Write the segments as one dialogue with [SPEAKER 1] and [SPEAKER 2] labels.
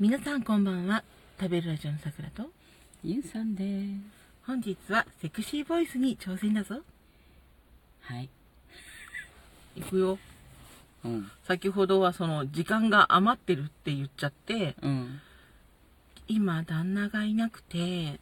[SPEAKER 1] 皆さんこんばんは食べるラジオのさくらと
[SPEAKER 2] ゆうさんです
[SPEAKER 1] 本日はセクシーボイスに挑戦だぞ
[SPEAKER 2] はい
[SPEAKER 1] いくよ
[SPEAKER 2] うん
[SPEAKER 1] 先ほどはその時間が余ってるって言っちゃって
[SPEAKER 2] うん
[SPEAKER 1] 今旦那がいなくて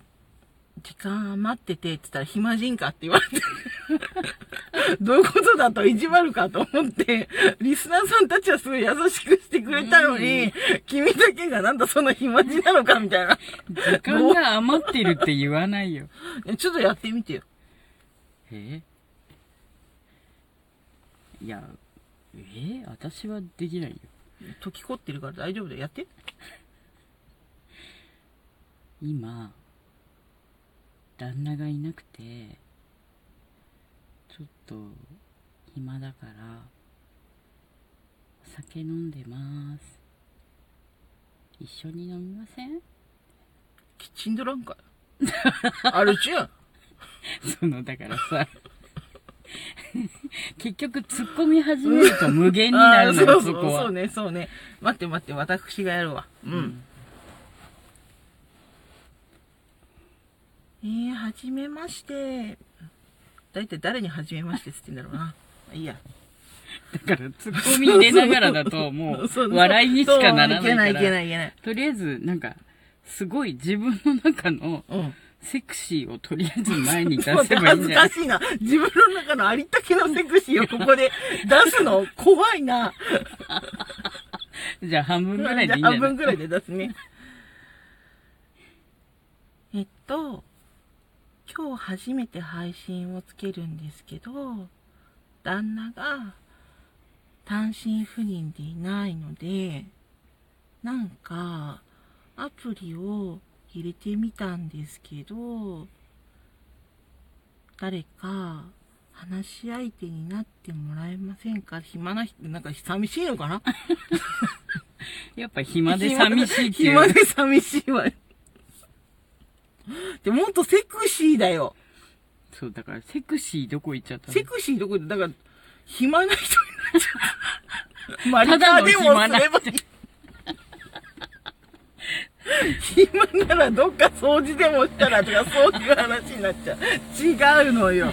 [SPEAKER 1] 時間余っててって言ったら暇人かって言われて どういうことだと意地悪かと思ってリスナーさんたちはすごい優しくしてくれたのに、君だけがなんだその暇人なのかみたいな
[SPEAKER 2] 時間が余ってるって言わないよ
[SPEAKER 1] ねちょっとやってみてよ
[SPEAKER 2] えいやえ私はできないよ
[SPEAKER 1] 時凝ってるから大丈夫だよやって
[SPEAKER 2] 今旦那がいなくてちょっと暇だからお酒飲んでます一緒に飲みません
[SPEAKER 1] キッチンドラン かよあるじゃん
[SPEAKER 2] そのだからさ 結局突っ込み始めると無限になるの
[SPEAKER 1] あー
[SPEAKER 2] よ
[SPEAKER 1] そ
[SPEAKER 2] そう
[SPEAKER 1] そう
[SPEAKER 2] こは
[SPEAKER 1] そうねそうね待って待って私がやるわうん、えー、はじめまして大体誰にはじめましてっつってんだろうないいや
[SPEAKER 2] だから突っ込み入れながらだと も
[SPEAKER 1] そう
[SPEAKER 2] う笑いにしかなら
[SPEAKER 1] そう
[SPEAKER 2] ない
[SPEAKER 1] い
[SPEAKER 2] か
[SPEAKER 1] けな
[SPEAKER 2] ら
[SPEAKER 1] いいけないい
[SPEAKER 2] とりあえずなんかすごい自分の中の
[SPEAKER 1] けないうん
[SPEAKER 2] セクシーをとりあえず前に出
[SPEAKER 1] ちょっ
[SPEAKER 2] せ
[SPEAKER 1] と
[SPEAKER 2] ばいい
[SPEAKER 1] 恥ず
[SPEAKER 2] んじゃな
[SPEAKER 1] か
[SPEAKER 2] い
[SPEAKER 1] しいな。自分の中のありったけのセクシーをここで出すの怖いな。
[SPEAKER 2] じゃあ半分ぐらいでいいんじ ゃ
[SPEAKER 1] 半
[SPEAKER 2] な
[SPEAKER 1] 分
[SPEAKER 2] い
[SPEAKER 1] ぐらいで出すね。えっと、今日初めて配信をつけるんですけど、旦那が単身赴任でいないので、なんかアプリを入れてみたんですけど、誰か話し相手になってもらえませんか暇な人、なんか寂しいのかな
[SPEAKER 2] やっぱ暇で寂しいってい
[SPEAKER 1] 暇
[SPEAKER 2] う
[SPEAKER 1] で寂しいわ。でもっとセクシーだよ。
[SPEAKER 2] そうだからセクシーどこ行っちゃったの
[SPEAKER 1] セクシーどころだから、暇な人になっちゃう。マリカ
[SPEAKER 2] ただの
[SPEAKER 1] でも
[SPEAKER 2] 暇
[SPEAKER 1] す
[SPEAKER 2] な
[SPEAKER 1] ればいい。暇ならどっか掃除でもしたらとかそういう話になっちゃう。違うの よ。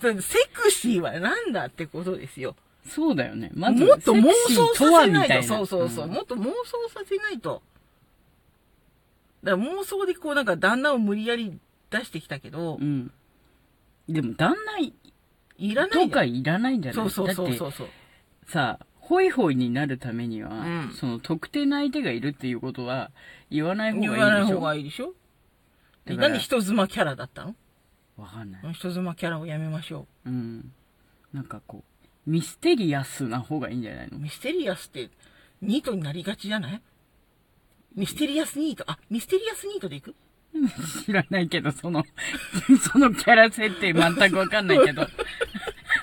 [SPEAKER 1] セクシーは何だってことですよ。
[SPEAKER 2] そうだよねまず
[SPEAKER 1] もっと妄想
[SPEAKER 2] セクシーとは
[SPEAKER 1] させ
[SPEAKER 2] み
[SPEAKER 1] ない
[SPEAKER 2] た
[SPEAKER 1] と
[SPEAKER 2] いな
[SPEAKER 1] そうそうそう、
[SPEAKER 2] ん
[SPEAKER 1] もっと妄想させないとだから妄想でこうなんか旦那を無理やり出してきたけど、
[SPEAKER 2] うんでも旦那
[SPEAKER 1] いらない
[SPEAKER 2] と
[SPEAKER 1] じゃ
[SPEAKER 2] か
[SPEAKER 1] ん
[SPEAKER 2] いらないんじゃない
[SPEAKER 1] そうそうそう
[SPEAKER 2] だ
[SPEAKER 1] そ
[SPEAKER 2] っ
[SPEAKER 1] うそう
[SPEAKER 2] てさホイホイになるためには、
[SPEAKER 1] うん
[SPEAKER 2] その特定な相手がいるっていうことは言わない方がい
[SPEAKER 1] 言
[SPEAKER 2] いで
[SPEAKER 1] わ
[SPEAKER 2] しょ
[SPEAKER 1] ない方がいいでしょ
[SPEAKER 2] だから
[SPEAKER 1] 何人妻キャラだったの
[SPEAKER 2] わかんない
[SPEAKER 1] 人妻キャラをやめましょ
[SPEAKER 2] うんなんかこうミステリアスな方がいいんじゃないうの
[SPEAKER 1] ミステリアスってニートになりがちじゃないミステリアスニートあミステリアスニートでいく
[SPEAKER 2] 知らないけどその そのキャラ設定全くわかんないけど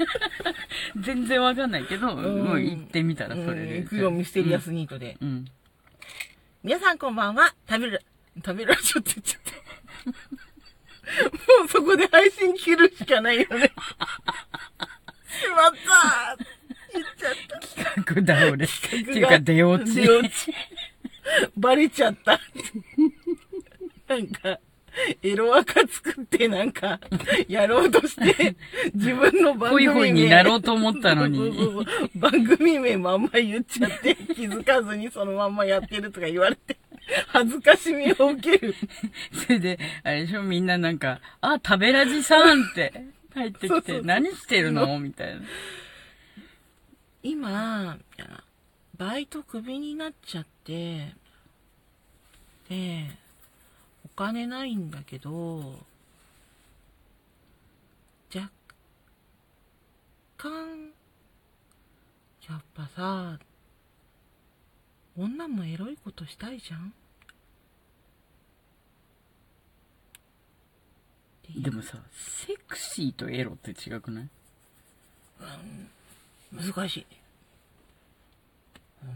[SPEAKER 2] 全然わかんないけど、
[SPEAKER 1] ん
[SPEAKER 2] もう行ってみたらそれで
[SPEAKER 1] うんいくよミステリアスニートで、
[SPEAKER 2] うん
[SPEAKER 1] 皆さんこんばんは。食べる、食べるラジオって言っちゃった。もうそこで配信切るしかないよね。しまった言っちゃっ
[SPEAKER 2] 企画 倒れって
[SPEAKER 1] 画
[SPEAKER 2] いうか出落ち
[SPEAKER 1] 出落ちた。バレちゃった。なんか、エロアカ作ってなんか、やろうとして、自分の番
[SPEAKER 2] ホ
[SPEAKER 1] 組
[SPEAKER 2] イ
[SPEAKER 1] 名
[SPEAKER 2] ホイになろうと思ったの
[SPEAKER 1] そうそう
[SPEAKER 2] に
[SPEAKER 1] そうそう番組名まんま言っちゃって、気づかずにそのまんまやってるとか言われて、恥ずかしみを受ける。
[SPEAKER 2] それであれでしょみんななんか「あ食べラジさん」って入って
[SPEAKER 1] そう
[SPEAKER 2] き
[SPEAKER 1] そうそ
[SPEAKER 2] て
[SPEAKER 1] う
[SPEAKER 2] 「何してるの?」みたいな
[SPEAKER 1] 今、みたいなバイトクビになっちゃって、で、お金ないんだけど、若干、やっぱさ、女もエロいことしたいじゃん
[SPEAKER 2] でもさセクシーとエロって違くない
[SPEAKER 1] 難しい。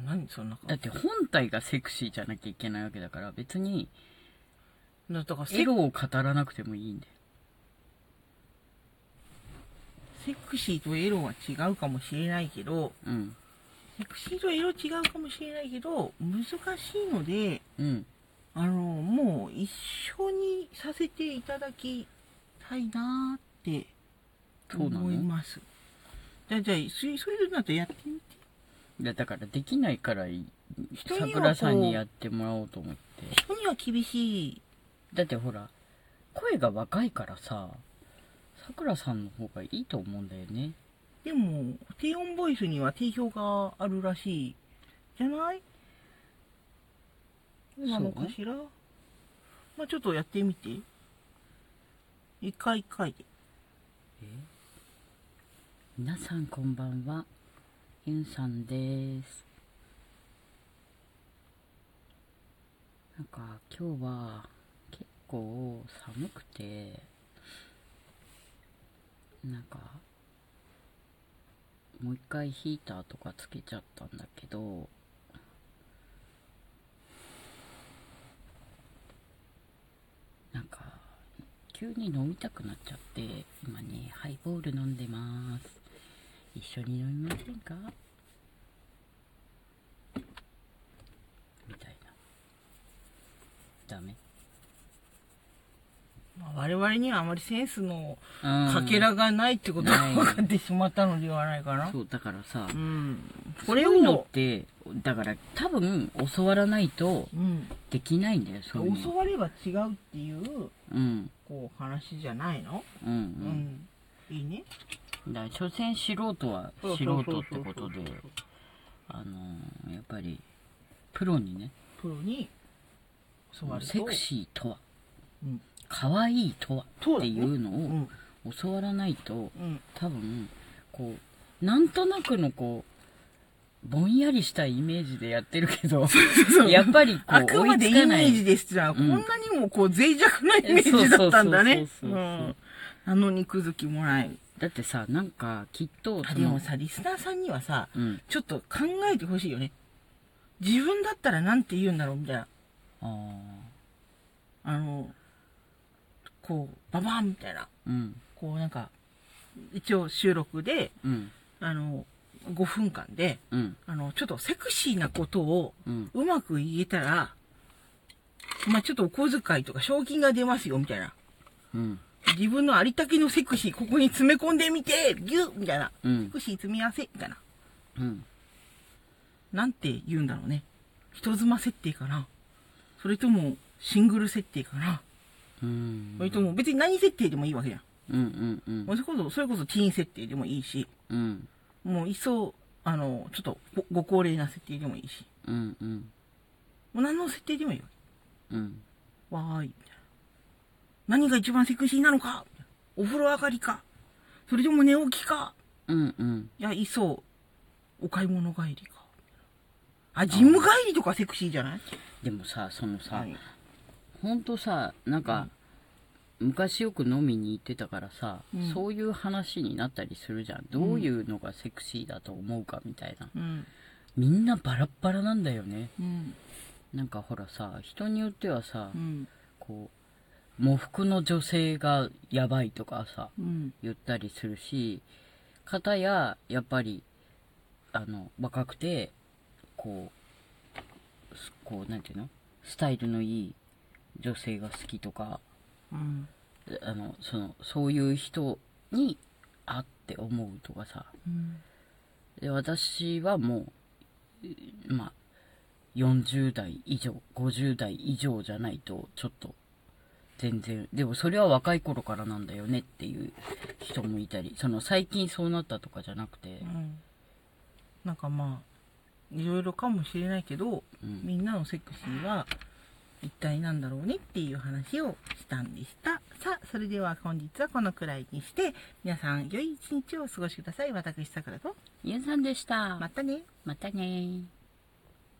[SPEAKER 1] 何そんな
[SPEAKER 2] だ
[SPEAKER 1] か
[SPEAKER 2] っ。て本体がセクシーじゃなきゃいけないわけだから別に
[SPEAKER 1] だからセ
[SPEAKER 2] エロを語らなくてもいいんだよ
[SPEAKER 1] セクシーとエロは違うかもしれないけど、
[SPEAKER 2] うん
[SPEAKER 1] やタクシーと色違うかもしれないけど難しいので
[SPEAKER 2] うん
[SPEAKER 1] あのもう一緒にさせていただきたいなーって
[SPEAKER 2] そうなの
[SPEAKER 1] 思いますじゃあじゃあそれそれだったらやってみて
[SPEAKER 2] いやだからできないからい
[SPEAKER 1] 人にはこう
[SPEAKER 2] 桜さんにやってもらおうと思って
[SPEAKER 1] 人には厳しい
[SPEAKER 2] だってほら声が若いからささくらさんの方がいいと思うんだよね
[SPEAKER 1] でも低音ボイスには定評があるらしいじゃないそうなのかしらまあちょっとやってみて一回一回で
[SPEAKER 2] 皆さんこんばんはゆんさんですなんか今日は結構寒くてなんかもう一回ヒーターとかつけちゃったんだけどなんか急に飲みたくなっちゃって今ねハイボール飲んでます一緒に飲みませんかみたいなダメ
[SPEAKER 1] まあ我々にはあまりセンスの
[SPEAKER 2] うん
[SPEAKER 1] かけらがないってことが
[SPEAKER 2] ない
[SPEAKER 1] 分かってしまったのではないかな。
[SPEAKER 2] そうだからさ
[SPEAKER 1] うん。こ
[SPEAKER 2] こ
[SPEAKER 1] れ
[SPEAKER 2] れをのっ
[SPEAKER 1] を、
[SPEAKER 2] てだから多分教わらないと
[SPEAKER 1] うん、
[SPEAKER 2] できないんだよそういう
[SPEAKER 1] 教
[SPEAKER 2] の
[SPEAKER 1] われば違うっていう、
[SPEAKER 2] うん
[SPEAKER 1] こう、話じゃないの、
[SPEAKER 2] うんう、
[SPEAKER 1] うんん、いいね。
[SPEAKER 2] だから所詮素人は素人ってことであのーやっぱりプロにね
[SPEAKER 1] プロに教わると。
[SPEAKER 2] セクシーとは
[SPEAKER 1] うん。
[SPEAKER 2] 可愛いとは
[SPEAKER 1] そう
[SPEAKER 2] っ
[SPEAKER 1] だ
[SPEAKER 2] て
[SPEAKER 1] ね
[SPEAKER 2] いう
[SPEAKER 1] う
[SPEAKER 2] の
[SPEAKER 1] ん。
[SPEAKER 2] を教わらないと
[SPEAKER 1] うん。
[SPEAKER 2] 多分こうなんとなくのこうぼんやりしたイメージでやってるけどやっぱりこ
[SPEAKER 1] あ
[SPEAKER 2] う
[SPEAKER 1] く
[SPEAKER 2] 追
[SPEAKER 1] ま
[SPEAKER 2] い
[SPEAKER 1] でイ
[SPEAKER 2] つかな
[SPEAKER 1] メージ
[SPEAKER 2] い
[SPEAKER 1] ですってのは、
[SPEAKER 2] ん
[SPEAKER 1] こんなにもこう脆弱なイメージだったんだね。う。
[SPEAKER 2] そうそうそうそうそうん
[SPEAKER 1] あの肉付きもない。
[SPEAKER 2] だってさなんかきっと
[SPEAKER 1] あ、
[SPEAKER 2] そ
[SPEAKER 1] でも
[SPEAKER 2] の
[SPEAKER 1] さ、リスナーさんにはさ、
[SPEAKER 2] うん
[SPEAKER 1] ちょっと考えてほしいよね。自分だったらなんて言うんだろうみたいな。
[SPEAKER 2] あ
[SPEAKER 1] あの、こう、ババンみたいな。
[SPEAKER 2] ーうん
[SPEAKER 1] こうなんか、一応収録で、
[SPEAKER 2] うん
[SPEAKER 1] あの、5分間で、
[SPEAKER 2] うん
[SPEAKER 1] あの、ちょっとセクシーなことを
[SPEAKER 2] うん
[SPEAKER 1] うまく言えたら、まあちょっとお小遣いとか賞金が出ますよ、みたいな。
[SPEAKER 2] うん
[SPEAKER 1] 自分のありったけのセクシー、ここに詰め込んでみて、ギュッみたいな。
[SPEAKER 2] う
[SPEAKER 1] セ
[SPEAKER 2] ん
[SPEAKER 1] クシー詰め合わせみたいな。
[SPEAKER 2] うん
[SPEAKER 1] なんて言うんだろうね。人妻設定かな。それとも、シングル設定かな。
[SPEAKER 2] うん
[SPEAKER 1] それとも、別に何設定でもいいわけじゃん。
[SPEAKER 2] うんうんうん
[SPEAKER 1] もうそれこそ、それこそティーン設定でもいいし、
[SPEAKER 2] うん
[SPEAKER 1] もういっそ、あの、ちょっとごご高齢な設定でもいいし、
[SPEAKER 2] うんうん
[SPEAKER 1] もう何の設定でもいいわ
[SPEAKER 2] うん
[SPEAKER 1] け。わーい、みたいな。何が一番セクシーなのかみたいなお風呂上がりかそれでも寝起きか
[SPEAKER 2] うんうん
[SPEAKER 1] いや、いっそ、お買い物帰りかあ、ジム帰りとかセクシーじゃない
[SPEAKER 2] でもさそのさ、
[SPEAKER 1] はい
[SPEAKER 2] ほんとさなんか、昔よく飲みに行ってたからさ、
[SPEAKER 1] うん
[SPEAKER 2] そういう話になったりするじゃんどういうのがセクシーだと思うかみたいな、
[SPEAKER 1] うん。
[SPEAKER 2] みんなバラッバラなんだよね
[SPEAKER 1] うん。
[SPEAKER 2] なんかほらさ人によってはさ、
[SPEAKER 1] うん。
[SPEAKER 2] こう喪服の女性がやばいとかさ
[SPEAKER 1] うん。
[SPEAKER 2] 言ったりするし方ややっぱりあの若くてこうすこうなんていうのスタイルのいい女性が好きとか
[SPEAKER 1] うん。
[SPEAKER 2] あのそのそういう人にあって思うとかさ
[SPEAKER 1] うん。
[SPEAKER 2] で私はもううまあ40代以上50代以上じゃないとちょっと全然でもそれは若い頃からなんだよねっていう人もいたりその最近そうなったとかじゃなくて
[SPEAKER 1] うんなんかまあいろいろかもしれないけど、
[SPEAKER 2] うん
[SPEAKER 1] みんなのセクシーは一体なんだろうねっていう話をしたんでしたさあそれでは本日はこのくらいにして皆さん良い一日をお過ごしください私さくらと
[SPEAKER 2] ゆうさんでした
[SPEAKER 1] またね
[SPEAKER 2] またねー